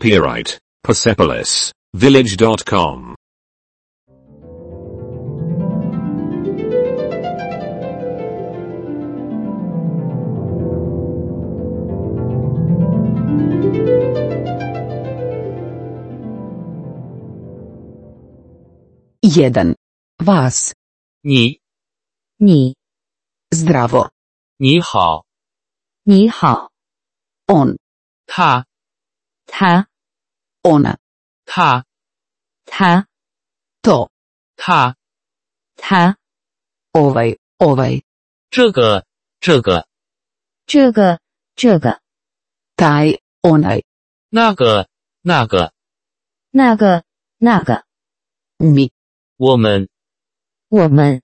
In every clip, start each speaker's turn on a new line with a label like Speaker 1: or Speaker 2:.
Speaker 1: Copyright Persepolis Village.com.
Speaker 2: Jedan. Vas.
Speaker 3: 你
Speaker 2: Ni. Zdravo.
Speaker 3: 你好，
Speaker 2: Ni hao. On.
Speaker 3: 他
Speaker 2: Ta. Ona.
Speaker 3: 他
Speaker 2: Ta. To.
Speaker 3: 他
Speaker 2: Ta. Ovaj. Ovaj.
Speaker 3: 这个这个
Speaker 2: 这个。这个。Taj. Onaj.
Speaker 3: 那个那个，
Speaker 2: 那个。那个。Mi.
Speaker 3: 我们
Speaker 2: 我们。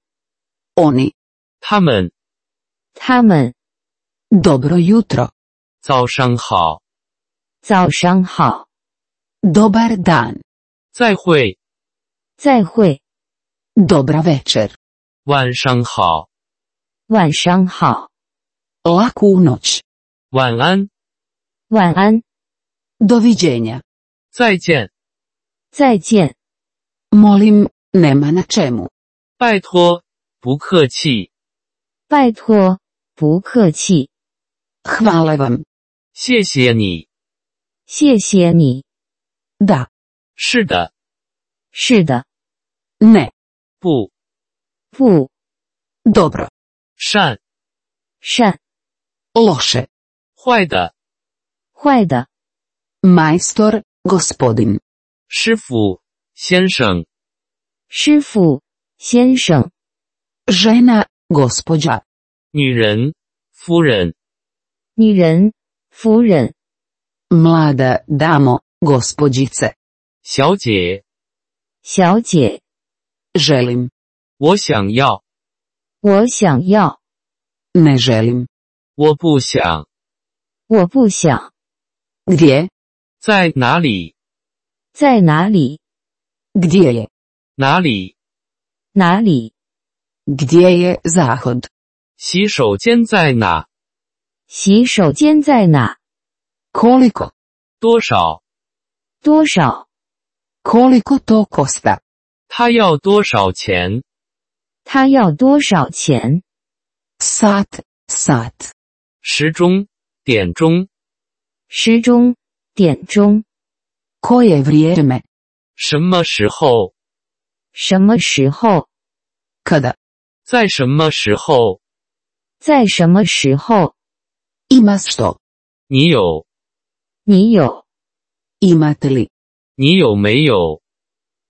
Speaker 2: Oni.
Speaker 3: 他们
Speaker 2: 他们。Dobro jutro.
Speaker 3: 早上好，
Speaker 2: 早上好。Dobar dan.
Speaker 3: 再会，
Speaker 2: 再会。Dobra večer.
Speaker 3: 晚上好，
Speaker 2: 晚上好。Laku noć.
Speaker 3: 晚安，
Speaker 2: 晚安。Doviđenja.
Speaker 3: 再见，
Speaker 2: 再见。Molim, nema na čemu.
Speaker 3: 拜托，不客气，
Speaker 2: 拜托，不客气。Hvala vam.
Speaker 3: 谢谢你。
Speaker 2: 谢谢你。Da,
Speaker 3: 是的，
Speaker 2: 是的。Ne,
Speaker 3: 不
Speaker 2: 不。Dobro,
Speaker 3: 善，
Speaker 2: 善。Loše,
Speaker 3: 坏的，
Speaker 2: 坏的。Majstor, gospodin.
Speaker 3: 师傅先生，
Speaker 2: 师傅，先生。Žena, gospođa.
Speaker 3: 女人，夫人，
Speaker 2: 女人，夫人。Mlada damo, gospođice.
Speaker 3: 小姐，
Speaker 2: 小姐。Želim.
Speaker 3: 我想要，
Speaker 2: 我想要。Ne želim.
Speaker 3: 我不想，
Speaker 2: 我不想。Gdje?
Speaker 3: 在哪里？
Speaker 2: 在哪里？Gdje je?
Speaker 3: 哪里？
Speaker 2: 哪里？Gdje je zahod?
Speaker 3: 洗手间在哪？
Speaker 2: 洗手间在哪？Koliko?
Speaker 3: 多少？
Speaker 2: 多少？Koliko to košta?
Speaker 3: 他要多少钱？
Speaker 2: 他要多少钱？Sat, sat.
Speaker 3: 时钟、点钟、
Speaker 2: 时钟，点钟。Koje vrijeme?
Speaker 3: 什么时候？
Speaker 2: 什么时候？Kada?
Speaker 3: 在什么时候？
Speaker 2: 在什么时候？Imaš što?
Speaker 3: 你有？
Speaker 2: 你有？Imate li?
Speaker 3: 你有没有？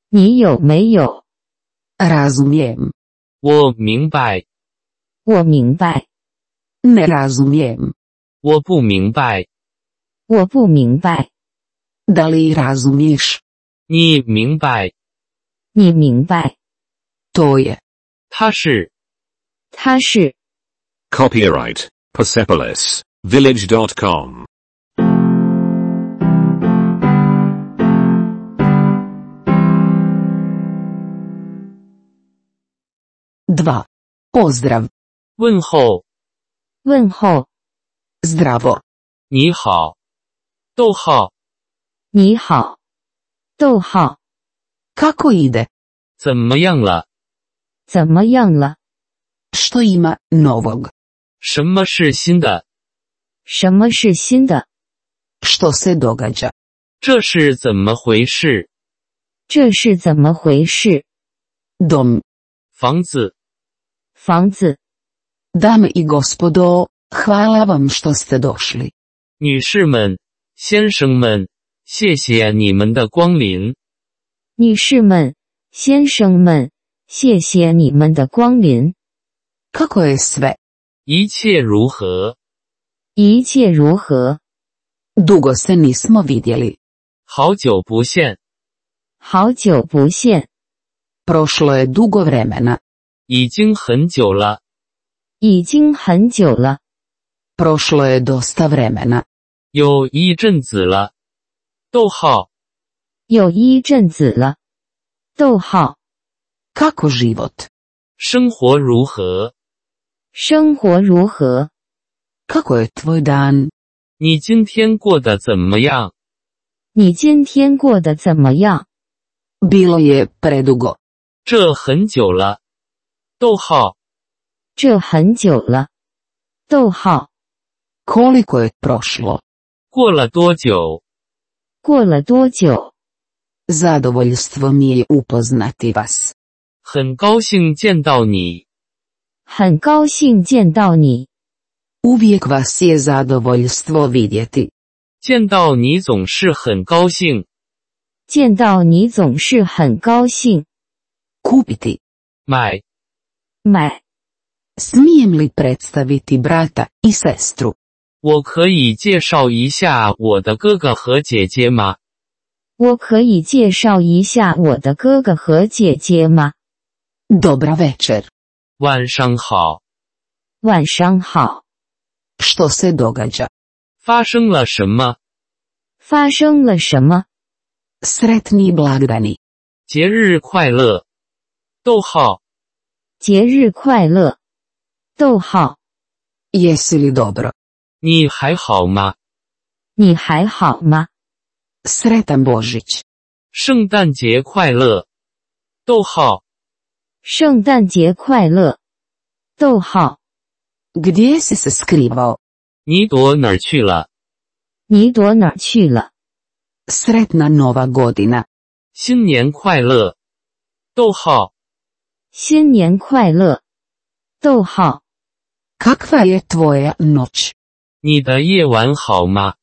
Speaker 2: 你有没有？Razumijem.
Speaker 3: 我明白，
Speaker 2: 我明白。Ne razumijem.
Speaker 3: 我不明白，
Speaker 2: 我不明白。Da li razumiješ?
Speaker 3: 你明白。
Speaker 2: 你明白？To je.
Speaker 3: 他是
Speaker 2: 他是
Speaker 1: Copyright Persepolis Village.com.
Speaker 2: dva. Pozdrav.
Speaker 3: 问候，
Speaker 2: 问候。Zdravo.
Speaker 3: 你好，逗号，
Speaker 2: 你好。逗号。Kako ide?
Speaker 3: 怎么样了？
Speaker 2: 怎么样了？Što ima novog?
Speaker 3: 什么是新的？
Speaker 2: 什么是新的？Što se događa?
Speaker 3: 这是怎么回事？
Speaker 2: 这是怎么回事？Dom,
Speaker 3: 房子，
Speaker 2: 房子。Dame i gospodo, hvala vam što ste došli.
Speaker 3: 女士们，先生们，谢谢你们的光临。
Speaker 2: 女士们、先生们，谢谢你们的光临。Kako je sve?
Speaker 3: 一切如何？
Speaker 2: 一切如何？Dugo se nismo vidjeli.
Speaker 3: 好久不见，
Speaker 2: 好久不见。Prošlo je dugo vremena.
Speaker 3: 已经很久了，
Speaker 2: 已经很久了。Prošlo je dosta vremena.
Speaker 3: 有一阵子了。逗号，
Speaker 2: 有一阵子了。逗号。Kako život?
Speaker 3: 生活如何？
Speaker 2: 生活如何？Kako je tvoj dan?
Speaker 3: 你今天过得怎么样？
Speaker 2: 你今天过得怎么样？
Speaker 4: Bilo je predugo.
Speaker 3: 这很久了。逗号，
Speaker 2: 这很久了。逗号，
Speaker 4: Koliko je prošlo?
Speaker 3: 过了多久？
Speaker 2: 过了多久？
Speaker 4: Zadovoljstvo mi je upoznati vas.
Speaker 3: 很高兴见到你，
Speaker 2: 很高兴见到你，
Speaker 4: Uvijek vas je zadovoljstvo vidjeti.
Speaker 3: 见到你总是很高兴。
Speaker 2: 见到你总是很高兴。
Speaker 4: Kupiti.
Speaker 3: 买，
Speaker 2: 买，
Speaker 4: Smijem li predstaviti brata i sestru?
Speaker 3: 我可以介绍一下我的哥哥和姐姐吗？
Speaker 2: 我可以介绍一下我的哥哥和姐姐吗？
Speaker 4: Dobra večer.
Speaker 3: 晚上好，
Speaker 2: 晚上好，
Speaker 4: Što se događa?
Speaker 3: 发生了什么？
Speaker 2: 发生了什么？
Speaker 4: Sretni blagdani.
Speaker 3: 节日快乐。逗号，
Speaker 2: 节日快乐。逗号，
Speaker 4: Jesi li dobro?
Speaker 3: 你还好吗？
Speaker 2: 你还好吗？
Speaker 4: Sretan Božić.
Speaker 3: 圣诞节快乐。逗号，
Speaker 2: 圣诞节快乐。逗号，
Speaker 4: Gdje si se skrivao?
Speaker 3: 你躲哪儿去了？
Speaker 2: 你躲哪儿去了？
Speaker 4: Sretna nova godina.
Speaker 3: 新年快乐。逗号，
Speaker 2: 新年快乐。逗号，
Speaker 4: Kakva je tvoja noć?
Speaker 3: 你的夜晚好吗？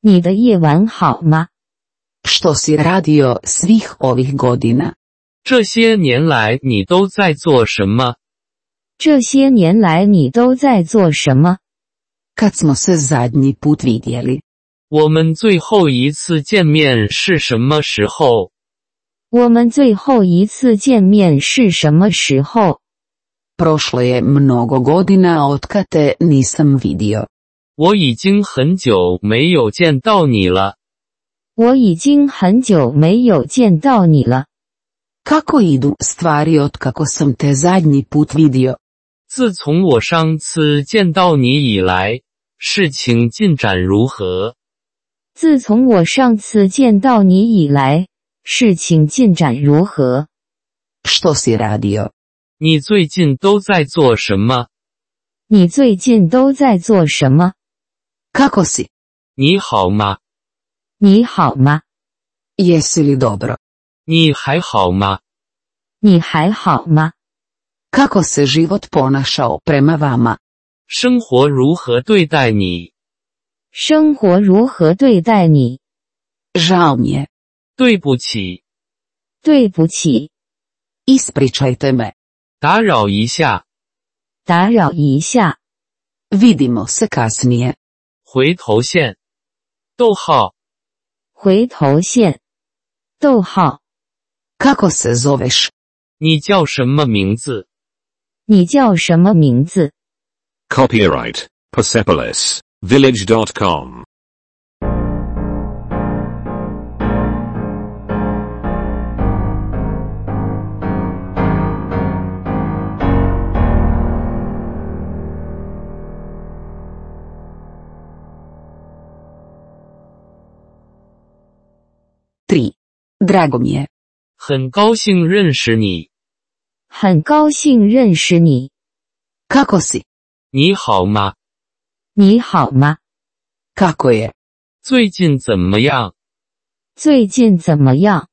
Speaker 2: 你的夜晚好吗？
Speaker 4: Što si radio svih ovih godina?
Speaker 3: 这些年来你都在做什么？
Speaker 2: 这些年来你都在做什么？
Speaker 4: Kad smo se zadnji put vidjeli?
Speaker 3: 我们最后一次见面是什么时候？
Speaker 2: 我们最后一次见面是什么时候？
Speaker 4: Prošlo je mnogo godina otkad te nisam vidio.
Speaker 3: 我已经很久没有见到你了。
Speaker 2: 我已经很久没有见到你了。
Speaker 4: Kako idu stvari otkako sam te zadnji put vidio?
Speaker 3: 自从我上次见到你以来，事情进展如何？
Speaker 2: 自从我上次见到你以来，事情进展如何？
Speaker 4: Što si radio?
Speaker 3: 你最近都在做什么？
Speaker 2: 你最近都在做什么？
Speaker 4: Kako si?
Speaker 3: 你好吗？
Speaker 2: 你好吗？
Speaker 4: Jesi li dobro?
Speaker 3: 你还好吗？
Speaker 2: 你还好吗？
Speaker 4: Kako se život ponašao prema vama?
Speaker 3: 生活如何对待你？
Speaker 2: 生活如何对待你？
Speaker 4: Žao mi je.
Speaker 3: 对不起，
Speaker 2: 对不起，
Speaker 4: Ispričajte me.
Speaker 3: 打扰一下，
Speaker 2: 打扰一下，
Speaker 4: Vidimo se kasnije.
Speaker 3: 回头见。逗号，
Speaker 2: 回头见。逗号，
Speaker 4: Kako se zoveš?
Speaker 3: 你叫什么名字？
Speaker 2: 你叫什么名字？
Speaker 1: Copyright Persepolis Village.com.
Speaker 4: Tri. Drago mi je.
Speaker 3: 很高兴认识你，
Speaker 2: 很高兴认识你，
Speaker 4: Kako si?
Speaker 3: 你好吗？
Speaker 2: 你好吗？
Speaker 4: Kako je?
Speaker 3: 最近怎么样？
Speaker 2: 最近怎么样？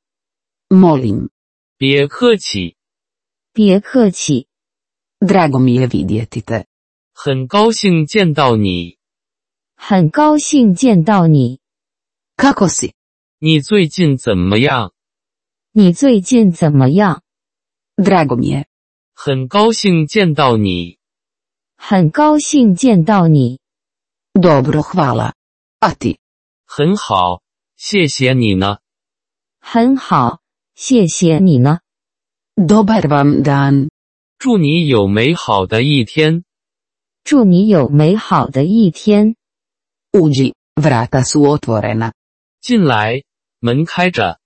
Speaker 4: Molim.
Speaker 3: 别客气，
Speaker 2: 别客气，
Speaker 4: Drago mi je vidjeti te.
Speaker 3: 很高兴见到你。
Speaker 2: 很高兴见到你。
Speaker 4: Kako si?
Speaker 3: 你最近怎么样？
Speaker 2: 你最近怎么样？
Speaker 4: Drago mi je.
Speaker 3: 很高兴见到你。
Speaker 2: 很高兴见到你，
Speaker 4: Dobro, hvala. A ti?
Speaker 3: 很好，谢谢你呢。
Speaker 2: 很好，谢谢你呢。
Speaker 4: Dobar vam dan.
Speaker 3: 祝你有美好的一天。
Speaker 2: 祝你有美好的一天。
Speaker 4: Uđi, vrata su otvorena.
Speaker 3: 进来，门开着。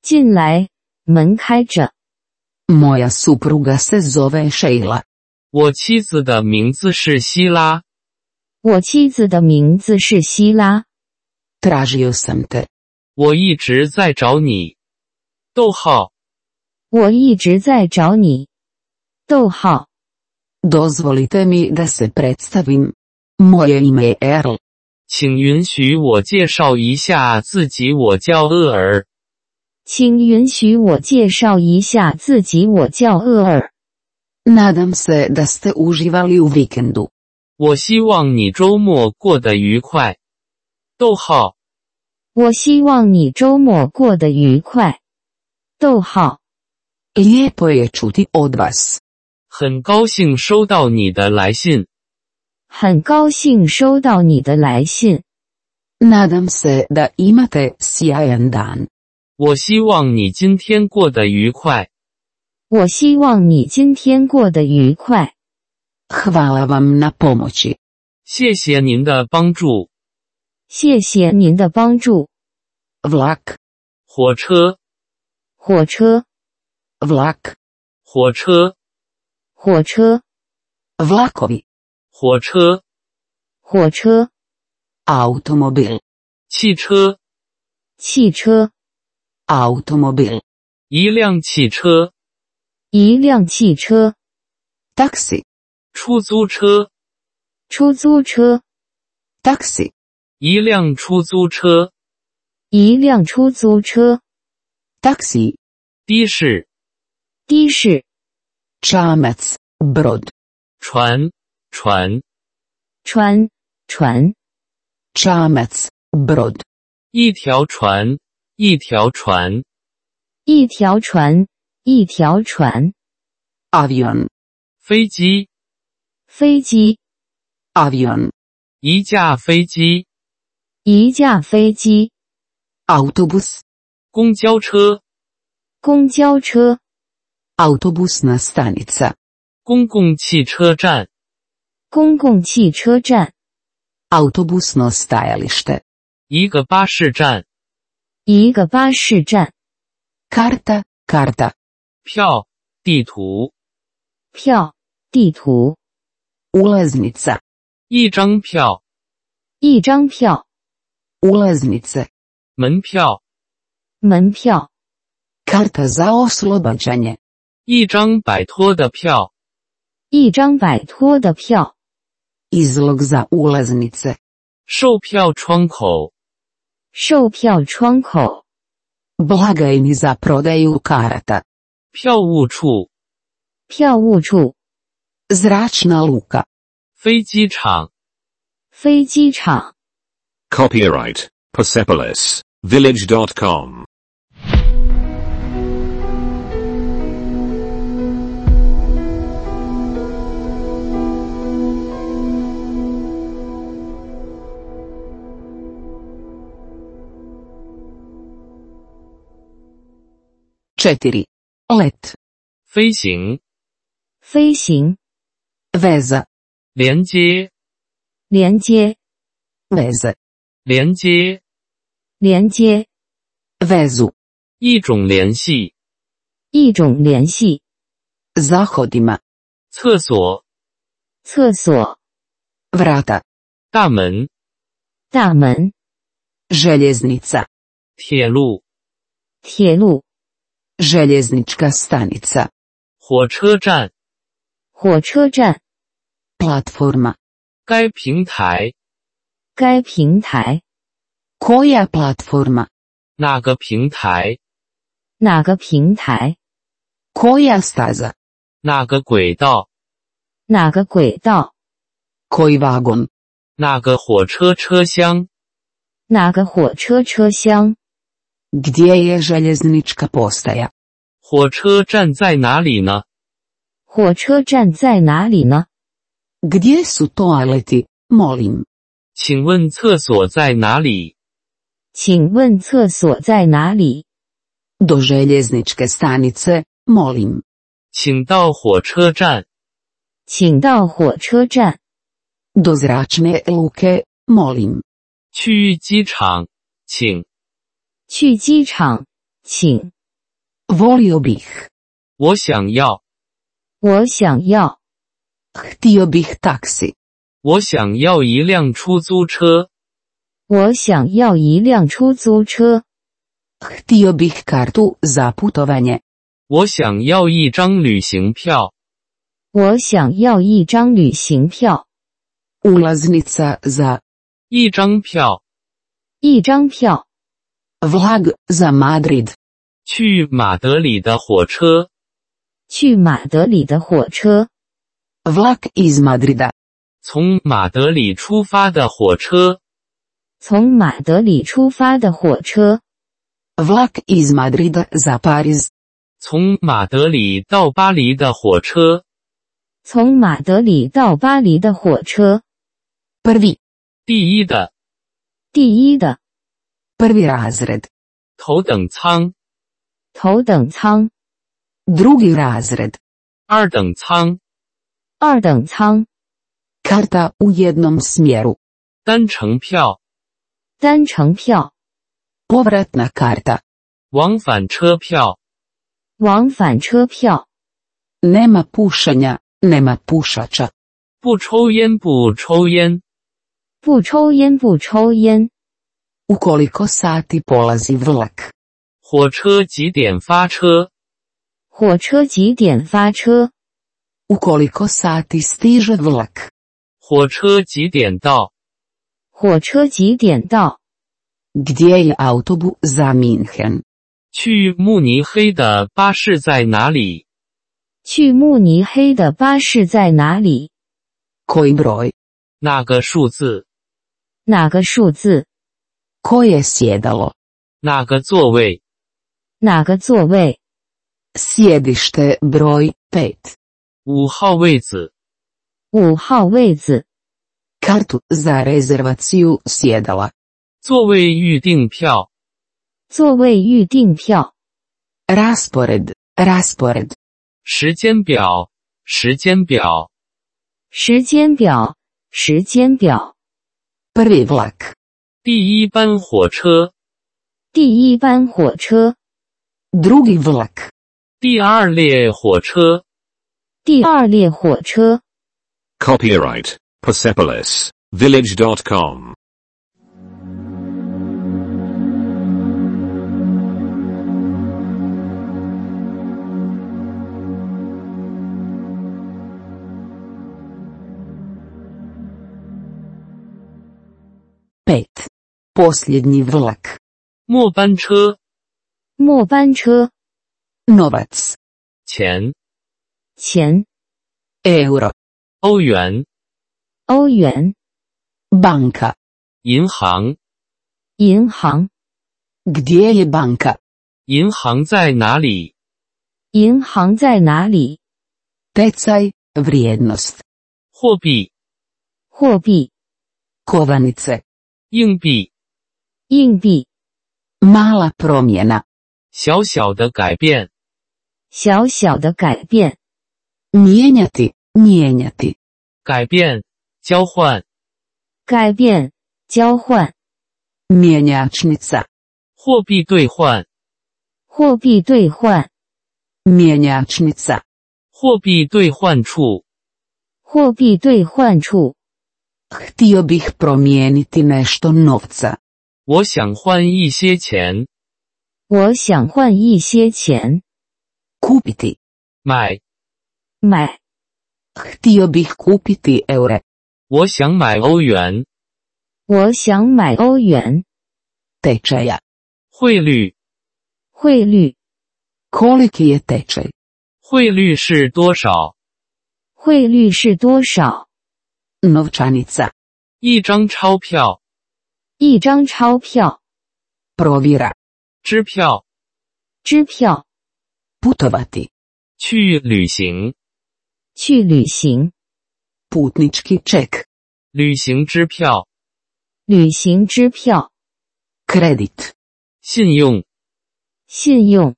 Speaker 2: 进来，门开着。
Speaker 4: Moja supruga se zove Sheila.
Speaker 3: 我妻子的名字是希拉，
Speaker 2: 我妻子的名字是希拉，
Speaker 4: Tražio sam te.
Speaker 3: 我一直在找你。逗号，
Speaker 2: 我一直在找你。逗号，
Speaker 4: Dozvolite mi da se predstavim. Moje ime je Erl.
Speaker 3: 请允许我介绍一下自己，我叫厄尔。
Speaker 2: 请允许我介绍一下自己，我叫厄尔。
Speaker 4: Nadam se da ste uživali u vikendu.
Speaker 3: 我希望你周末过得愉快。逗号，
Speaker 2: 我希望你周末过得愉快。逗号，
Speaker 4: Lijepo je čuti od vas.
Speaker 3: 很高兴收到你的来信。
Speaker 2: 很高兴收到你的来信，
Speaker 4: Nadam se da imate sjajan dan.
Speaker 3: 我希望你今天过得愉快。
Speaker 2: 我希望你今天过得愉快。
Speaker 4: Hvala vam na pomoći.
Speaker 3: 谢谢您的帮助。
Speaker 2: 谢谢您的帮助。
Speaker 4: Vlak,
Speaker 3: 火车，
Speaker 2: 火车，
Speaker 4: vlak,
Speaker 3: 火车，
Speaker 2: 火车，
Speaker 4: vlakovi,
Speaker 3: 火车，
Speaker 2: 火车，
Speaker 4: automobil,
Speaker 3: 汽车，
Speaker 2: 汽车，
Speaker 4: automobil,
Speaker 3: 一辆汽车，
Speaker 2: 一辆汽车，
Speaker 4: taksi,
Speaker 3: 出租车，
Speaker 2: 出租车，
Speaker 4: taksi,
Speaker 3: 一辆出租车，
Speaker 2: 一辆出租车，
Speaker 4: taksi,
Speaker 3: 的士，
Speaker 2: 的士，
Speaker 4: čamac, brod,
Speaker 3: 船，船，
Speaker 2: 船，船，
Speaker 4: čamac, brod,
Speaker 3: 一条船，一条船，
Speaker 2: 一条船，一条船，
Speaker 4: avion,
Speaker 3: 飞机，
Speaker 2: 飞机，
Speaker 4: avion,
Speaker 3: 一架飞机，
Speaker 2: 一架飞机，
Speaker 4: autobus,
Speaker 3: 公交车，
Speaker 2: 公交车，
Speaker 4: autobusna stanica,
Speaker 3: 公共汽车站，
Speaker 2: 公共汽车站，
Speaker 4: autobusno stajalište,
Speaker 3: 一个巴士站，
Speaker 2: 一个巴士站，
Speaker 4: karta, karta,
Speaker 3: 票，地图，
Speaker 2: 票，地图，
Speaker 4: ulaznica,
Speaker 3: 一张票，
Speaker 2: 一张票，
Speaker 4: ulaznice,
Speaker 3: 门票，
Speaker 2: 门票，
Speaker 4: karta za oslobađanje,
Speaker 3: 一张摆脱的票，
Speaker 2: 一张摆脱的票，
Speaker 4: izlog za ulaznice,
Speaker 3: 售票窗口，
Speaker 2: 售票窗口。
Speaker 4: blagajni za prodaju karata,
Speaker 3: 票务处，
Speaker 2: 票务处、
Speaker 4: zračna luka,
Speaker 3: 飞机场。
Speaker 2: 飞机场、
Speaker 1: Copyright Persepolis Village.com.
Speaker 4: četiri, let,
Speaker 3: 飞行、
Speaker 2: 飞行、
Speaker 4: veza,
Speaker 3: 连接、
Speaker 2: 连接、
Speaker 4: veze,
Speaker 3: 连接，
Speaker 2: 连接，
Speaker 4: vezu,
Speaker 3: 一种联系。
Speaker 2: 一种联系。
Speaker 4: zahodima,
Speaker 3: 厕所、
Speaker 2: 厕所、
Speaker 4: vrata,
Speaker 3: 大门、
Speaker 2: 大门、
Speaker 4: željeznica,
Speaker 3: 铁路、
Speaker 2: 铁路、
Speaker 4: željeznička stanica,
Speaker 3: 火车站。
Speaker 2: 火车站。
Speaker 4: platforma,
Speaker 3: 该平台
Speaker 2: 该平台
Speaker 4: koja platforma,
Speaker 3: 哪个平台？
Speaker 2: 哪个平台？
Speaker 4: koja staza,
Speaker 3: 哪个轨道？
Speaker 2: 哪个轨道？
Speaker 4: koji vagon,
Speaker 3: 哪个火车车厢？
Speaker 2: 哪个火车车厢？
Speaker 4: gdje je željeznička postaja,
Speaker 3: 火车站在哪里呢？
Speaker 2: 火车站在哪里呢？
Speaker 4: gdje su toaleti, molim,
Speaker 3: 请问厕所在哪里？
Speaker 2: 请问厕所在哪里？
Speaker 4: do željezničke stanice, molim,
Speaker 3: 请到火车站，
Speaker 2: 请到火车站、
Speaker 4: do zračne luke, molim,
Speaker 3: 去域机场，请。
Speaker 2: 去机场，请。
Speaker 4: volio bih,
Speaker 3: 我想要，
Speaker 2: 我想要，
Speaker 4: htio bih taksi,
Speaker 3: 我想要一辆出租车。
Speaker 2: 我想要一辆出租车。
Speaker 4: Htio bih kartu za putovanje.
Speaker 3: 我想要一张旅行票。
Speaker 2: 我想要一张旅行票，
Speaker 4: Ulaznica za
Speaker 3: 一张票，
Speaker 2: 一张票，
Speaker 4: vlag za Madrid.
Speaker 3: 去马德里的火车，
Speaker 2: 去马德里的火车，
Speaker 4: Vlak iz Madrida.
Speaker 3: 从马德里出发的火车，
Speaker 2: 从马德里出发的火车，
Speaker 4: Vlak iz Madrida za Pariz.
Speaker 3: 从马德里到巴黎的火车。
Speaker 2: 从马德里到巴黎的火车，
Speaker 4: Prvi.
Speaker 3: 第一的
Speaker 2: 第一的
Speaker 4: Prvi razred.
Speaker 3: 头等舱，
Speaker 2: 头等舱、
Speaker 4: Drugi razred.
Speaker 3: 二等舱，
Speaker 2: 二等舱、
Speaker 4: Karta u jednom smjeru.
Speaker 3: 单程票，
Speaker 2: 单程票、
Speaker 4: Povratna karta.
Speaker 3: 往返车票，
Speaker 2: 往返车票，
Speaker 4: Nema pušenja, nema pušača.
Speaker 3: 不抽烟不抽烟，
Speaker 2: 不抽烟不抽烟，
Speaker 4: U koliko sati polazi vlak?
Speaker 3: 火车几点发车？
Speaker 2: 火车几点发车？
Speaker 4: U koliko sati stiže vlak?
Speaker 3: 火车几点到？
Speaker 2: 火车几点到？
Speaker 4: Gdje je autobus za Minhen?
Speaker 3: 去慕尼黑的巴士在哪里？
Speaker 2: 去慕尼黑的巴士在哪里？
Speaker 4: Koji broj?
Speaker 3: 那个数字，
Speaker 2: 哪个数字？
Speaker 4: Koje sjedalo?
Speaker 3: 那个座位，
Speaker 2: 哪个座位？
Speaker 4: Sjedište broj 5.
Speaker 3: 五号位子，
Speaker 2: 五号位子，
Speaker 4: Kartu za rezervaciju sjedala.
Speaker 3: 座位预订票，
Speaker 2: 座位预订票，
Speaker 4: Raspored, raspored.
Speaker 3: 时间表，时间表，
Speaker 2: 时间表，时间表。
Speaker 4: Prvi vlak.
Speaker 3: 第一班火车，
Speaker 2: 第一班火车，
Speaker 4: Drugi vlak.
Speaker 3: 第二列火车，
Speaker 2: 第二列火车。
Speaker 1: Copyright Persepolis Village.com.
Speaker 4: Pet. Posljednji vlak.
Speaker 3: 末班车，
Speaker 2: 末班车，
Speaker 4: Novac.
Speaker 3: 钱，
Speaker 2: 钱，
Speaker 4: Euro.
Speaker 3: 欧元，
Speaker 2: 欧元，
Speaker 4: Banka.
Speaker 3: 银行，
Speaker 2: 银行，
Speaker 4: Gdje je banka?
Speaker 3: 银行在哪里？
Speaker 2: 银行在哪里？
Speaker 4: Tecaj, vrijednost.
Speaker 3: 货币，
Speaker 2: 货币，
Speaker 4: Kovanice.
Speaker 3: 硬币，
Speaker 2: 硬币，
Speaker 4: Mala promjena.
Speaker 3: 小小的改变，
Speaker 2: 小小的改变，
Speaker 4: Mijenjati, mijenjati.
Speaker 3: 改变，交换，
Speaker 2: 改变，交换，
Speaker 4: Mijenjačnica.
Speaker 3: 货币兑换，
Speaker 2: 货币兑换，
Speaker 4: Mijenjačnica.
Speaker 3: 货币兑换处。
Speaker 2: 货币兑换处。
Speaker 4: Htio bih promijeniti nešto novca.
Speaker 3: 我想换一些钱，
Speaker 2: 我想换一些钱，
Speaker 4: Kupiti.
Speaker 3: 买，
Speaker 2: 买，
Speaker 4: Htio bih kupiti eure.
Speaker 3: 我想买欧元，
Speaker 2: 我想买欧元，
Speaker 4: Tečaja.
Speaker 3: 汇率，
Speaker 2: 汇率，
Speaker 4: Koliki je tečaj?
Speaker 3: 汇率是多少？
Speaker 2: 汇率是多少？
Speaker 4: Novčanica.
Speaker 3: 一张钞票、
Speaker 2: 一张钞票、
Speaker 4: Provjera.
Speaker 3: 支票，
Speaker 2: 支票，
Speaker 4: Putovati.
Speaker 3: 去旅行，
Speaker 2: 去旅行，
Speaker 4: Putnički ček.
Speaker 3: 旅行支票，
Speaker 2: 旅行支票，
Speaker 4: Kredit.
Speaker 3: 信用，
Speaker 2: 信用，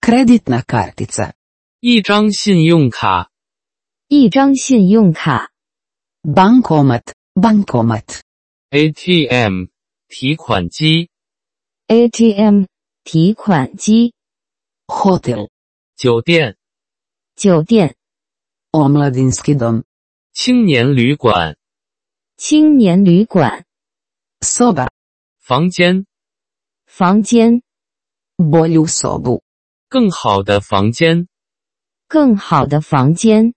Speaker 4: Kreditna kartica.
Speaker 3: 一张信用卡，
Speaker 2: 一张信用卡
Speaker 4: Bankomat. Bankomat.
Speaker 3: ATM 提款机，
Speaker 2: ，ATM，提款机，
Speaker 4: Hotel.
Speaker 3: 酒店，
Speaker 2: 酒店，
Speaker 4: Omladinski dom.
Speaker 3: 青年旅馆，
Speaker 2: 青年旅馆，
Speaker 4: Soba.
Speaker 3: 房间，
Speaker 2: 房间，
Speaker 4: bolju sobu,
Speaker 3: 更好的房间，
Speaker 2: 更好的房间，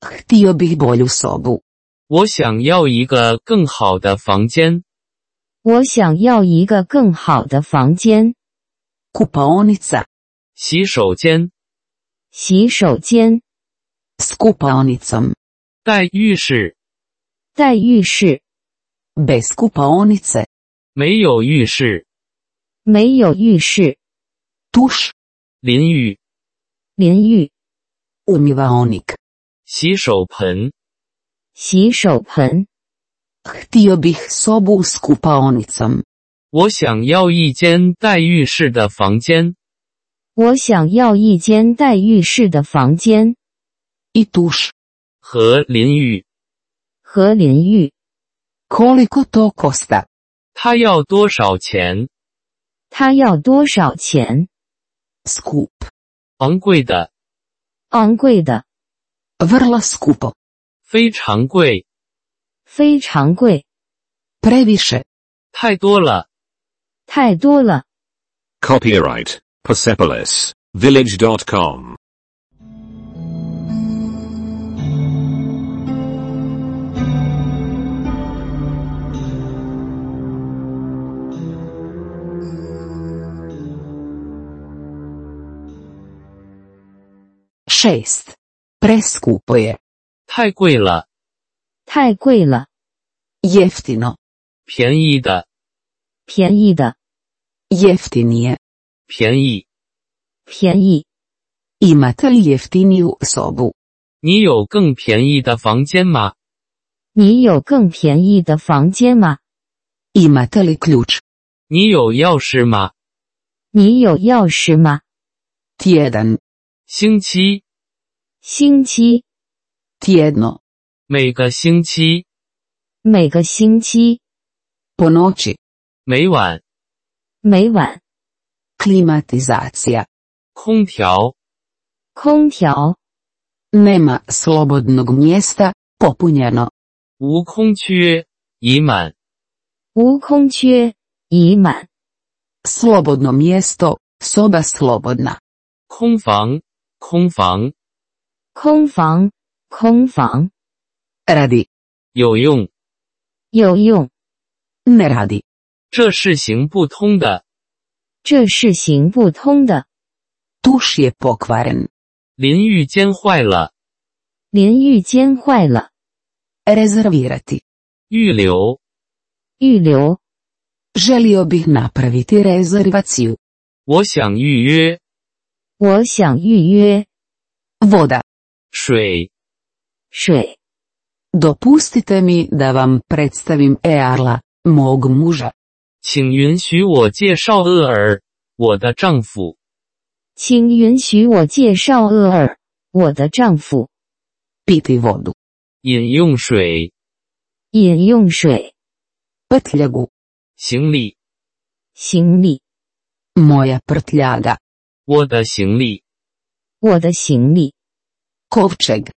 Speaker 4: htio bih bolju sobu,
Speaker 3: 我想要一个更好的房间，
Speaker 2: 我想要一个更好的房间，
Speaker 4: kupaonica,
Speaker 3: 洗手间
Speaker 2: 洗手间，
Speaker 4: s kupaonicom,
Speaker 3: 带浴室，
Speaker 2: 带浴室，
Speaker 4: bez kupaonice,
Speaker 3: 没有浴室，
Speaker 2: 没有浴室，
Speaker 4: tuš,
Speaker 3: 淋浴，
Speaker 2: 淋浴，
Speaker 4: umivaonik,
Speaker 3: 洗手盆，
Speaker 2: 洗手盆，
Speaker 4: htio bih sobu s kupaonicom,
Speaker 3: 我想要一间带浴室的房间，
Speaker 2: 我想要一间带浴室的房间
Speaker 4: i tuš,
Speaker 3: 和淋浴，
Speaker 2: 和淋浴，
Speaker 4: koliko to kosta,
Speaker 3: 它要多少钱？
Speaker 2: 它要多少钱？
Speaker 4: skup,
Speaker 3: 昂贵的，
Speaker 2: 昂贵的，
Speaker 4: vrla skupo,
Speaker 3: 非常贵，
Speaker 2: 非常贵，
Speaker 4: previše,
Speaker 3: 太多了。
Speaker 2: 太多了。
Speaker 1: Copyright Persepolis Village.com.
Speaker 4: šest, preskupo je,
Speaker 3: 太贵了，
Speaker 2: 太贵了，
Speaker 4: jeftino,
Speaker 3: 便宜的，
Speaker 2: 便宜的，
Speaker 4: jeftinije,
Speaker 3: 便宜。
Speaker 2: 便宜。
Speaker 4: imate li jeftiniju sobu,
Speaker 3: 你有更便宜的房间吗？
Speaker 2: 你有更便宜的房间吗？
Speaker 4: imate li ključ,
Speaker 3: 你有钥匙吗？
Speaker 2: 你有钥匙吗？
Speaker 4: tjedan,
Speaker 3: 星期，
Speaker 2: 星期，
Speaker 4: tjedno,
Speaker 3: 每个星期，
Speaker 2: 每个星期，
Speaker 4: po noći,
Speaker 3: 每晚，
Speaker 2: 每晚，
Speaker 4: klimatizacija,
Speaker 3: 空调，
Speaker 2: 空调，
Speaker 4: nema slobodnog mjesta, popunjeno,
Speaker 3: 无空缺，已满，
Speaker 2: 无空缺，已满，
Speaker 4: slobodno mjesto, soba slobodna,
Speaker 3: 空房，空房，
Speaker 2: 空房，空房，
Speaker 4: radi,
Speaker 3: 有用，
Speaker 2: 有用，
Speaker 4: ne radi,
Speaker 3: 这是行不通的。
Speaker 2: 这是行不通的。
Speaker 4: tuš je pokvaren,
Speaker 3: 淋浴间坏了，
Speaker 2: 淋浴间坏了，
Speaker 4: rezervirati,
Speaker 3: 预留，
Speaker 2: 预留，
Speaker 4: želio bih napraviti rezervaciju,
Speaker 3: 我想预约
Speaker 2: 我想预约
Speaker 4: voda,
Speaker 3: 水，
Speaker 2: 水。
Speaker 4: dopustite mi da vam predstavim Earla, mog muža,
Speaker 3: 请允许我介绍厄尔，我的丈夫。
Speaker 2: 请允许我介绍厄尔，我的丈夫。
Speaker 4: piti vodu,
Speaker 3: 饮用水、
Speaker 2: 饮用水、
Speaker 4: prtljagu,
Speaker 3: 行李，
Speaker 2: 行李，
Speaker 4: moja prtljaga,
Speaker 3: 我的行李、
Speaker 2: 我的行李，
Speaker 4: kovčeg,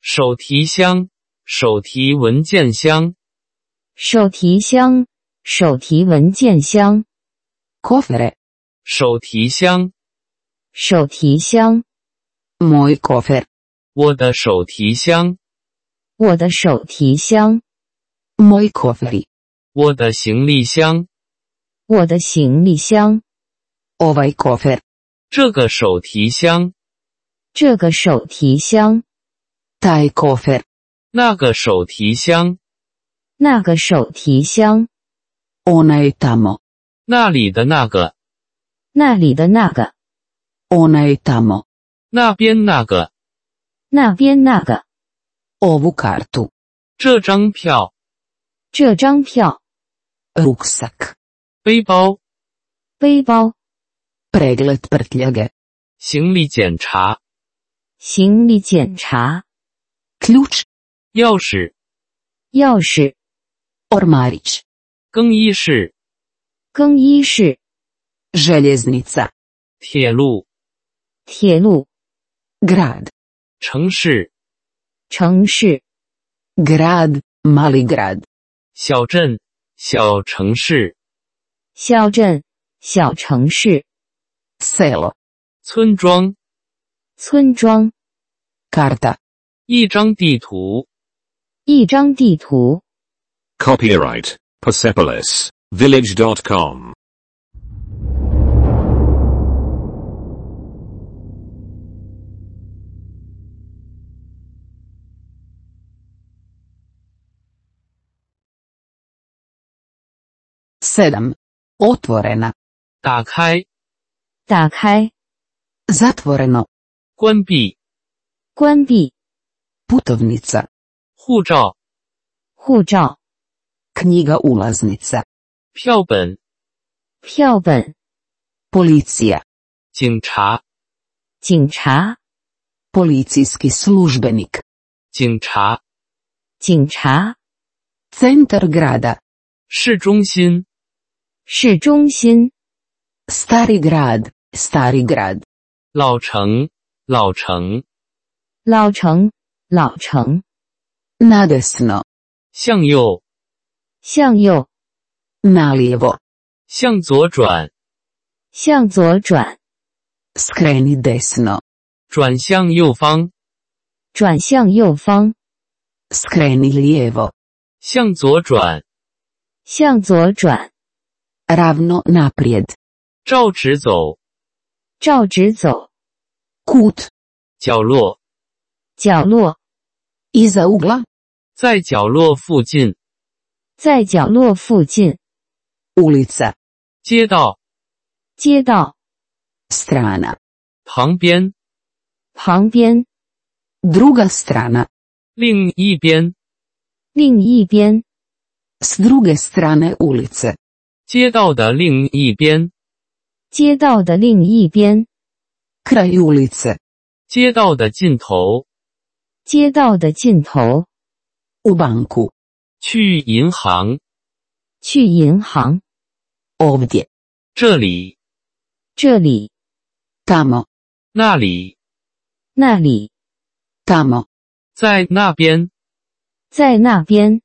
Speaker 3: 手提箱、手提文件箱、
Speaker 2: 手提箱、手提文件箱、
Speaker 4: kofere,
Speaker 3: 手提箱，
Speaker 2: 手提箱，
Speaker 4: moj kofer,
Speaker 3: 我的手提箱，
Speaker 2: 我的手提箱，
Speaker 4: moji koferi,
Speaker 3: 我的行李箱，
Speaker 2: 我的行李箱，
Speaker 4: ovaj kofer,
Speaker 3: 这个手提箱，
Speaker 2: 这个手提箱，
Speaker 4: taj kofer,
Speaker 3: 那个手提箱，
Speaker 2: 那个手提箱，
Speaker 4: ona je tamo,
Speaker 3: 那里的那个，
Speaker 2: 那里的那个，
Speaker 4: ona je tamo,
Speaker 3: 那边那个，
Speaker 2: 那边那个，
Speaker 4: ovu kartu,
Speaker 3: 这张票，
Speaker 2: 这张票，
Speaker 4: ruksak,
Speaker 3: 背包，
Speaker 2: 背包，
Speaker 4: pregled prtljage,
Speaker 3: 行李检查，
Speaker 2: 行李检查，
Speaker 4: ključ,
Speaker 3: 钥匙，
Speaker 2: 钥匙，
Speaker 4: ormarić,
Speaker 3: 更衣室，
Speaker 2: 更衣室，
Speaker 4: željeznica,
Speaker 3: 铁路，
Speaker 2: 铁路，
Speaker 4: grad,
Speaker 3: 城市，
Speaker 2: 城市，
Speaker 4: grad, mali grad,
Speaker 3: 小镇，小城市。
Speaker 2: 小镇，小城市，
Speaker 4: Selo.
Speaker 3: 村庄，
Speaker 2: 村庄，
Speaker 4: Karta.
Speaker 3: 一张地图，
Speaker 2: 一张地图，
Speaker 1: Copyright Persepolis Village.com.
Speaker 4: Sedam. Otvorena.
Speaker 3: 打开，
Speaker 2: 打开，
Speaker 4: Zatvoreno.
Speaker 3: 关闭，
Speaker 2: 关闭，
Speaker 4: Putovnica.
Speaker 3: 护照，
Speaker 2: 护照，
Speaker 4: Knjiga ulaznica.
Speaker 3: 票本，
Speaker 2: 票本，
Speaker 4: Policija.
Speaker 3: 警察，
Speaker 2: 警察，
Speaker 4: Policijski službenik.
Speaker 3: 警察，
Speaker 2: 警察，
Speaker 4: Centar grada.
Speaker 3: 市中心，
Speaker 2: 市中心，
Speaker 4: Stari grad. Stari grad.
Speaker 3: 老城，老城，
Speaker 2: 老城，老城，
Speaker 4: Nadesno.
Speaker 3: 向右，
Speaker 2: 向右，
Speaker 4: Nalijevo.
Speaker 3: 向左转，
Speaker 2: 向左转，
Speaker 4: Skreni desno.
Speaker 3: 转向右方，
Speaker 2: 转向右方，
Speaker 4: Skreni lijevo.
Speaker 3: 向左转，
Speaker 2: 向左转，
Speaker 4: Ravno naprijed.
Speaker 3: 照直走，
Speaker 2: 照直走，
Speaker 4: Kut.
Speaker 3: 角落，
Speaker 2: 角落，
Speaker 4: Iza ugla.
Speaker 3: 在角落附近，
Speaker 2: 在角落附近，
Speaker 4: Ulica.
Speaker 3: 街道
Speaker 2: 街道
Speaker 4: Strana.
Speaker 3: 旁边，
Speaker 2: 旁边，
Speaker 4: Druga strana.
Speaker 3: 另一边，
Speaker 2: 另一边，
Speaker 4: S druge strane ulice.
Speaker 3: 街道的另一边，
Speaker 2: 街道的另一边，
Speaker 4: Kraj ulice.
Speaker 3: 街道的尽头，
Speaker 2: 街道的尽头，
Speaker 4: U banku.
Speaker 3: 去银行，
Speaker 2: 去银行，
Speaker 4: Ovdje.
Speaker 3: 这里，
Speaker 2: 这里，
Speaker 4: Tamo.
Speaker 3: 那里，
Speaker 2: 那里，
Speaker 4: Tamo.
Speaker 3: 在那边，
Speaker 2: 在那边，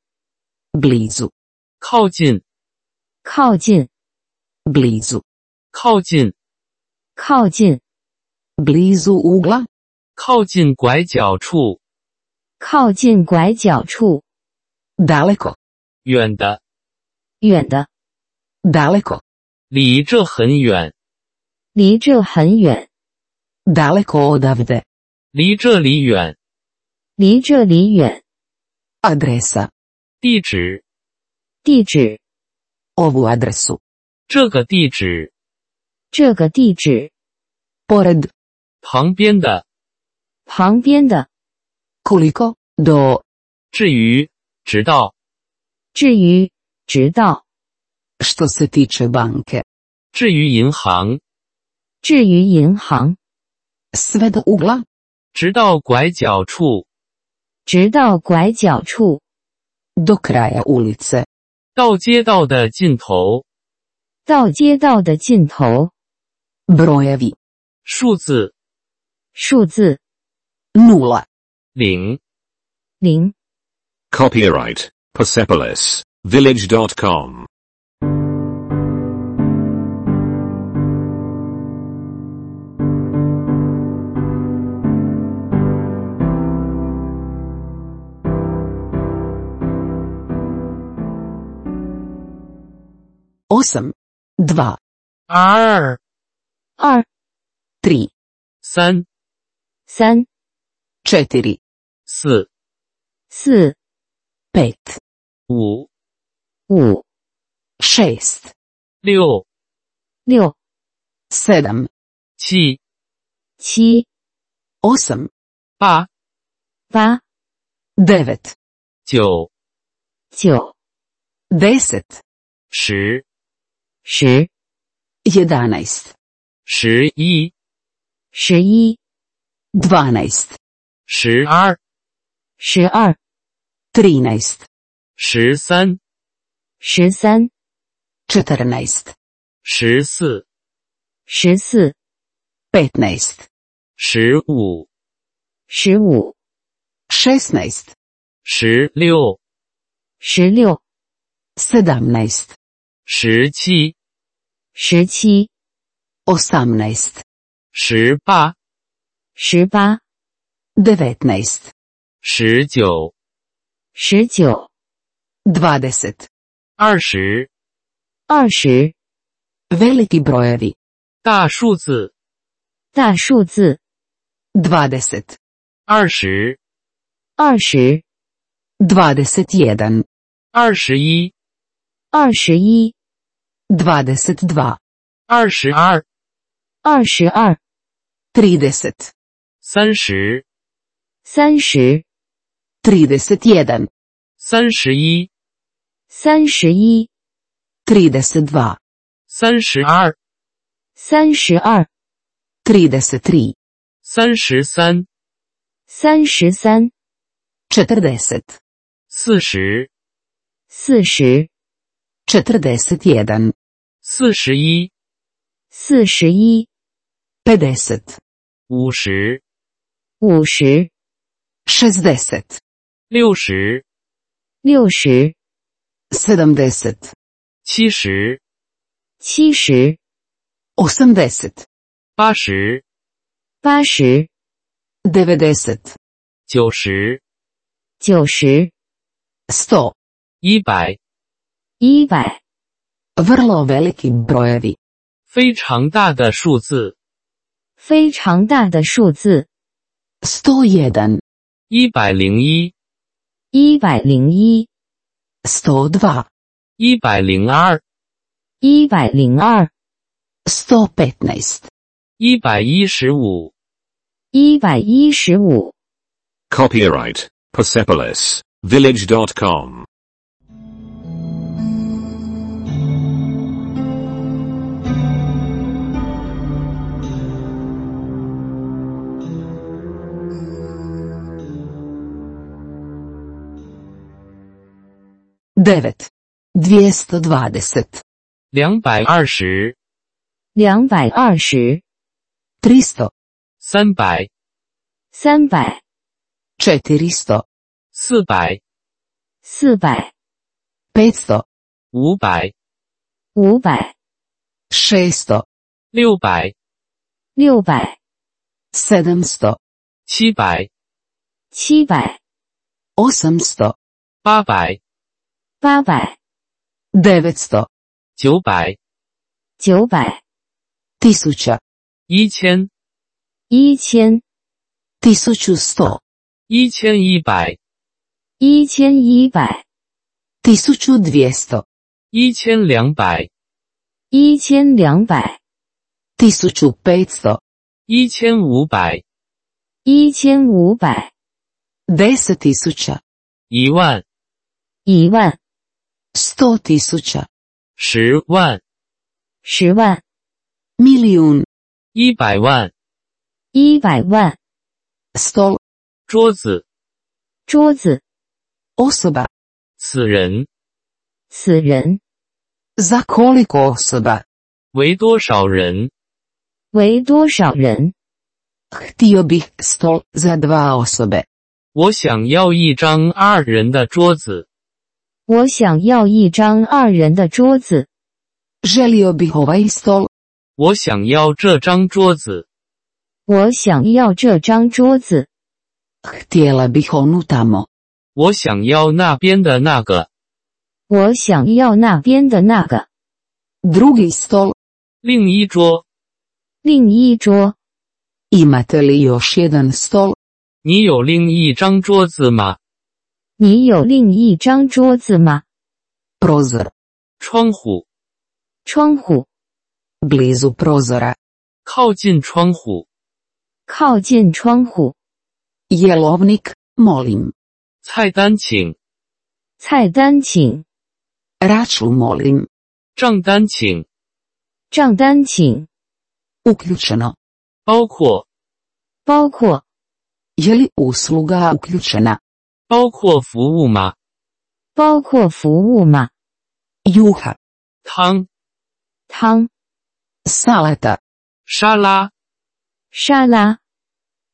Speaker 4: Blizu.
Speaker 3: 靠近，
Speaker 2: 靠近，
Speaker 4: Blizu.
Speaker 3: 靠近，
Speaker 2: 靠近，
Speaker 4: Blizu ugla.
Speaker 3: 靠近拐角处，
Speaker 2: 靠近拐角处，
Speaker 4: Daleko.
Speaker 3: 远的，
Speaker 2: 远的，
Speaker 4: Daleko.
Speaker 3: 离这很远，
Speaker 2: 离这很远，
Speaker 4: Daleko odavde.
Speaker 3: 离这里远，
Speaker 2: 离这里远。
Speaker 4: Adresa.
Speaker 3: 地址，
Speaker 2: 地址，
Speaker 4: Ovu adresu.
Speaker 3: 这个地址，
Speaker 2: 这个地址，
Speaker 4: Pored.
Speaker 3: 旁边的，
Speaker 2: 旁边的，
Speaker 4: Koliko. Do.
Speaker 3: 至于，直到，
Speaker 2: 至于，直到，
Speaker 4: Što se tiče banke.
Speaker 3: 至于银行，
Speaker 2: 至于银行，
Speaker 4: Sve do ugla.
Speaker 3: 直到拐角处，
Speaker 2: 直到拐角处，
Speaker 4: Do kraja ulice.
Speaker 3: 到街道的尽头，
Speaker 2: 到街道的尽头。
Speaker 4: Brojevi.
Speaker 3: 数字
Speaker 2: 数字
Speaker 4: Nula.
Speaker 3: 零
Speaker 2: 零
Speaker 1: Copyright Persepolis Village.com.
Speaker 4: Osam. Dva.
Speaker 3: 二
Speaker 2: 二
Speaker 4: Tri.
Speaker 3: 三
Speaker 2: 三
Speaker 4: Četiri.
Speaker 3: 四
Speaker 2: 四
Speaker 4: Pet.
Speaker 3: 五
Speaker 2: 五
Speaker 4: Šest.
Speaker 3: 六
Speaker 2: 六
Speaker 4: Sedam.
Speaker 3: 七
Speaker 2: 七
Speaker 4: Osam.
Speaker 3: 八
Speaker 2: 八
Speaker 4: Devet.
Speaker 3: 九
Speaker 2: 九
Speaker 4: Deset.
Speaker 3: 十
Speaker 2: 十
Speaker 4: Jedanaest.
Speaker 3: 十一
Speaker 2: 十一
Speaker 4: Dvanaest.
Speaker 3: 十二
Speaker 2: 十二
Speaker 4: Trinaest.
Speaker 3: 十三
Speaker 2: 十三
Speaker 4: Četrnaest.
Speaker 3: 十四
Speaker 2: 十四
Speaker 4: Petnaest.
Speaker 3: 十五
Speaker 2: 十五
Speaker 4: Šesnaest.
Speaker 3: 十六
Speaker 2: 十六
Speaker 4: Sedamnaest.
Speaker 3: 十七
Speaker 2: 十七
Speaker 4: 18,
Speaker 3: 十八、
Speaker 2: 十八、
Speaker 4: 19,
Speaker 3: 十九、
Speaker 2: 十九、
Speaker 4: 20.
Speaker 3: 二十，
Speaker 2: 二十，
Speaker 4: Veliki brojevi.
Speaker 3: 大数字
Speaker 2: 大数字
Speaker 4: 20,
Speaker 3: 二十、
Speaker 2: 二十、
Speaker 4: 21,
Speaker 3: 二十一、
Speaker 2: 二十一、
Speaker 4: 22,
Speaker 3: 二十二、
Speaker 2: 二十二、
Speaker 4: 30,
Speaker 3: 三十、
Speaker 2: 三十、
Speaker 4: 31,
Speaker 3: 三十一、
Speaker 2: 三十一、
Speaker 4: 32,
Speaker 3: 三十二、
Speaker 2: 三十二、
Speaker 4: 33,
Speaker 3: 三十三、
Speaker 2: 三十三、
Speaker 4: 40,
Speaker 3: 四十、
Speaker 2: 四十、
Speaker 4: 41,
Speaker 3: 四十一、
Speaker 2: 四十一、
Speaker 4: 50,
Speaker 3: 五十、
Speaker 2: 五十、
Speaker 4: 60,
Speaker 3: 六十、
Speaker 2: 六十、
Speaker 4: 70,
Speaker 3: 七十、
Speaker 2: 七十、
Speaker 4: 80,
Speaker 3: 八十、
Speaker 2: 八十、
Speaker 4: 90,
Speaker 3: 九十、
Speaker 2: 九十、
Speaker 4: 100.
Speaker 3: 一百，
Speaker 2: 一百，
Speaker 4: Vrlo veliki brojevi.
Speaker 3: 非常大的数字，
Speaker 2: 非常大的数字
Speaker 4: 101,
Speaker 3: 一百零一、
Speaker 2: 一百零一、
Speaker 4: 102,
Speaker 3: 一百零二、
Speaker 2: 一百零二、
Speaker 4: 115,
Speaker 3: 一百一十五、
Speaker 2: 一百一十五。
Speaker 1: Copyright Persepolis Village.com.
Speaker 4: devet 220,
Speaker 3: 两百二十、
Speaker 2: 两百二十、
Speaker 4: 300,
Speaker 3: 三百、
Speaker 2: 三百、
Speaker 4: 400,
Speaker 3: 四百、
Speaker 2: 四百、
Speaker 4: 500,
Speaker 3: 五百、
Speaker 2: 五百、
Speaker 4: 600,
Speaker 3: 六百、
Speaker 2: 六百、
Speaker 4: 700,
Speaker 3: 七百、
Speaker 2: 七百、
Speaker 4: 800,
Speaker 3: 八百、
Speaker 2: 八百、
Speaker 4: 900,
Speaker 3: 九百、
Speaker 2: 九百、
Speaker 4: 1000,
Speaker 3: 一千、
Speaker 2: 一千、
Speaker 4: 1100,
Speaker 3: 一千一百、
Speaker 2: 一千一百、
Speaker 4: 1200,
Speaker 3: 一千两百、
Speaker 2: 一千两百、
Speaker 4: 1500,
Speaker 3: 一千五百、
Speaker 2: 一千五百、
Speaker 4: 10000,
Speaker 3: 一万、
Speaker 2: 一万、
Speaker 4: 100 tisuća,
Speaker 3: 十万、
Speaker 2: 十万、
Speaker 4: milijun,
Speaker 3: 一百万。
Speaker 2: 一百万。
Speaker 4: stol,
Speaker 3: 桌子、
Speaker 2: 桌子、
Speaker 4: osoba,
Speaker 3: 死人，
Speaker 2: 死人
Speaker 4: za koliko osoba?
Speaker 3: 为多少人？
Speaker 2: 为多少人？
Speaker 4: Htio bih stol za dva osobe.
Speaker 3: 我想要一张二人的桌子，
Speaker 2: 我想要一张二人的桌子，
Speaker 4: Želio bih ovaj stol,
Speaker 3: 我想要这张桌子，
Speaker 2: 我想要这张桌子，
Speaker 4: htjela bih onu tamo.
Speaker 3: 我想要那边的那个，
Speaker 2: 我想要那边的那个。
Speaker 4: Drugi stol,
Speaker 3: 另一桌。
Speaker 2: 另一桌，
Speaker 4: imate li još jedan stol?
Speaker 3: 你有另一张桌子吗？
Speaker 2: 你有另一张桌子吗？
Speaker 4: Prozor,
Speaker 3: 窗户，
Speaker 2: 窗户，
Speaker 4: blizu prozora.
Speaker 3: 靠近窗户，
Speaker 2: 靠近窗户。
Speaker 4: Jelovnik, molim.
Speaker 3: 菜单请，
Speaker 2: 菜单请，
Speaker 4: Račun molim.
Speaker 3: 账单请，
Speaker 2: 账单请，
Speaker 4: Uključeno.
Speaker 3: 包括
Speaker 2: 包括
Speaker 4: Je li usluga uključena?
Speaker 3: 包括服务吗？
Speaker 2: 包括服务吗？
Speaker 4: Juha,
Speaker 3: 汤、
Speaker 2: 汤、
Speaker 4: salata,
Speaker 3: 沙拉、
Speaker 2: 沙拉、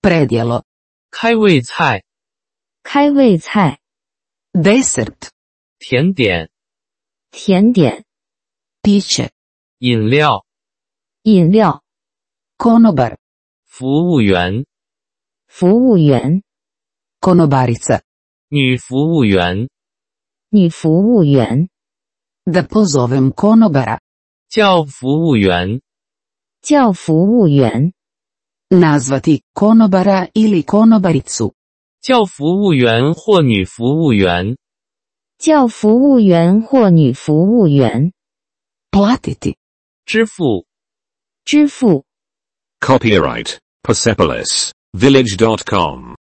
Speaker 4: predjelo,
Speaker 3: 开胃菜、
Speaker 2: 开胃菜、
Speaker 4: desert,
Speaker 3: 甜点、
Speaker 2: 甜点、
Speaker 4: piće,
Speaker 3: 饮料、
Speaker 2: 饮料、
Speaker 4: konobar,
Speaker 3: 服务员、
Speaker 2: 服务员、
Speaker 4: konobarica,
Speaker 3: 女服务员、
Speaker 2: 女服务员、
Speaker 4: da pozovem konobara,
Speaker 3: 叫服务员、
Speaker 2: 叫服务员、
Speaker 4: nazvati konobara ili konobaricu,
Speaker 3: 叫服务员或女服务员、
Speaker 2: 叫服务员或女服务员、
Speaker 4: platiti,
Speaker 3: 支付、
Speaker 2: 支付、
Speaker 1: Copyright Persepolis Village.com.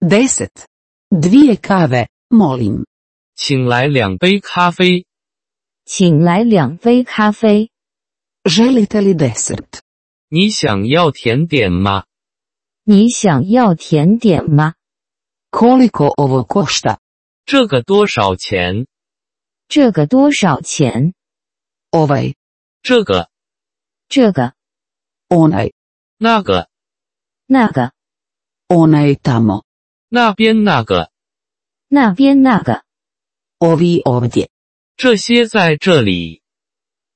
Speaker 4: deset. Dvije kave, molim.
Speaker 3: 请来两杯咖啡。
Speaker 2: 请来两杯咖啡。
Speaker 4: Želite li desert?
Speaker 3: 你想要甜点吗？
Speaker 2: 你想要甜点吗？
Speaker 4: Koliko ovo košta?
Speaker 3: 这个多少钱？
Speaker 2: 这个多少钱？
Speaker 4: Ovaj,
Speaker 3: 这个、
Speaker 2: 这个、
Speaker 4: onaj,
Speaker 3: 那个、
Speaker 2: 那个、
Speaker 4: onaj tamo,
Speaker 3: 那边那个，
Speaker 2: 那边那个，
Speaker 4: ovi ovdje,
Speaker 3: 这些在这里，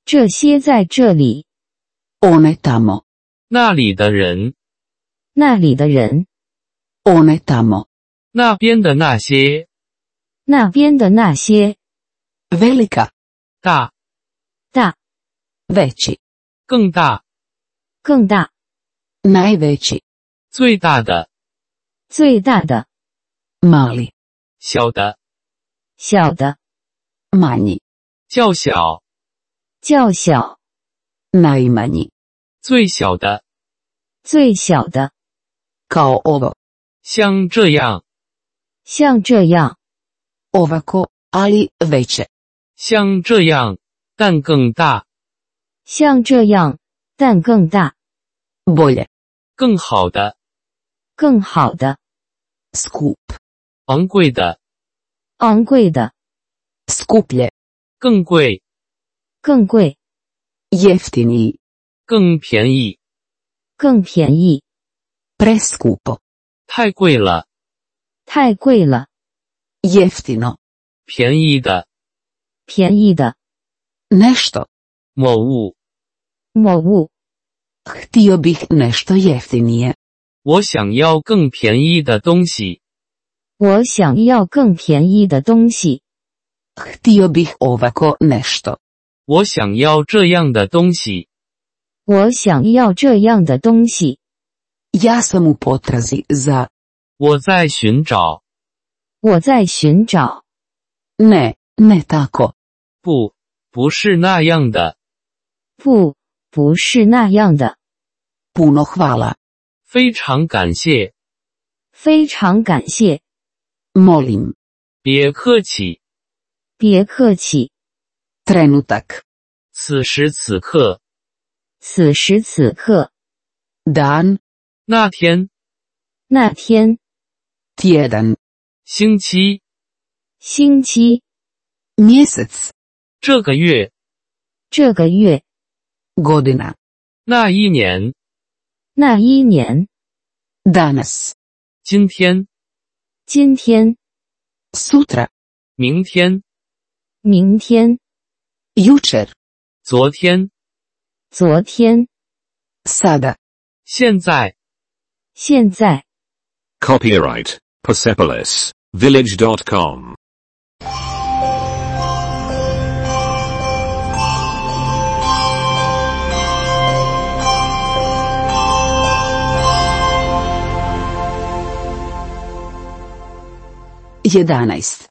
Speaker 2: 这些在这里，
Speaker 4: one tamo,
Speaker 3: 那里的人，
Speaker 2: 那里的人，
Speaker 4: one tamo.
Speaker 3: 那边的那些，
Speaker 2: 那边的那些，
Speaker 4: Velika,
Speaker 3: 大、
Speaker 2: 大、
Speaker 4: veći,
Speaker 3: 更大、
Speaker 2: 更大、
Speaker 4: najveći,
Speaker 3: 最大的、
Speaker 2: 最大的、
Speaker 4: mali,
Speaker 3: 小的、
Speaker 2: 小的、
Speaker 4: manji,
Speaker 3: 较小、
Speaker 2: 较小、
Speaker 4: najmanji,
Speaker 3: 最小的，
Speaker 2: 最小的，
Speaker 4: kao ovo,
Speaker 3: 像这样，
Speaker 2: 像这样，
Speaker 4: ovako, ali veće,
Speaker 3: 像这样，但更大、
Speaker 2: 像这样，但更大、
Speaker 4: bolje,
Speaker 3: 更好的、
Speaker 2: 更好的、
Speaker 4: skup,
Speaker 3: 昂贵的、
Speaker 2: 昂贵的、
Speaker 4: skuplje,
Speaker 3: 更贵、
Speaker 2: 更贵、
Speaker 4: jeftiniji,
Speaker 3: 更便宜、
Speaker 2: 更便宜、
Speaker 4: preskupo,
Speaker 3: 太贵了、
Speaker 2: 太贵了、
Speaker 4: jeftino,
Speaker 3: 便宜的
Speaker 2: 便宜的、
Speaker 4: nešto,
Speaker 3: 某物，
Speaker 2: 某物，
Speaker 4: htio bih nešto jeftinije,
Speaker 3: 我想要更便宜的东西，
Speaker 2: 我想要更便宜的东西，
Speaker 4: htio bih ovako nešto,
Speaker 3: 我想要这样的东西，
Speaker 2: 我想要这样的东西，
Speaker 4: ja sam u potrazi za,
Speaker 3: 我在寻找。
Speaker 2: 我在寻找。
Speaker 4: ne, ne tako,
Speaker 3: 不，不是那样的。
Speaker 2: 不，不是那样的。
Speaker 4: puno hvala,
Speaker 3: 非常感谢，
Speaker 2: 非常感谢，
Speaker 4: molim,
Speaker 3: 别客气。
Speaker 2: 别客气。
Speaker 4: trenutak,
Speaker 3: 此时此刻，
Speaker 2: 此时此刻，
Speaker 4: dan,
Speaker 3: 那天、
Speaker 2: 那天、
Speaker 4: tjedan,
Speaker 3: 星期、
Speaker 2: 星期、
Speaker 4: mjesec,
Speaker 3: 这个月、
Speaker 2: 这个月、
Speaker 4: godina,
Speaker 3: 那一年、
Speaker 2: 那一年、
Speaker 4: danas,
Speaker 3: 今天、
Speaker 2: 今天、
Speaker 4: sutra,
Speaker 3: 明天、
Speaker 2: 明天、
Speaker 4: jučer,
Speaker 3: 昨天、
Speaker 2: 昨天、
Speaker 4: sada,
Speaker 3: 现在。
Speaker 2: 现在。
Speaker 1: Copyright Persepolis Village.com.
Speaker 4: jedanaest,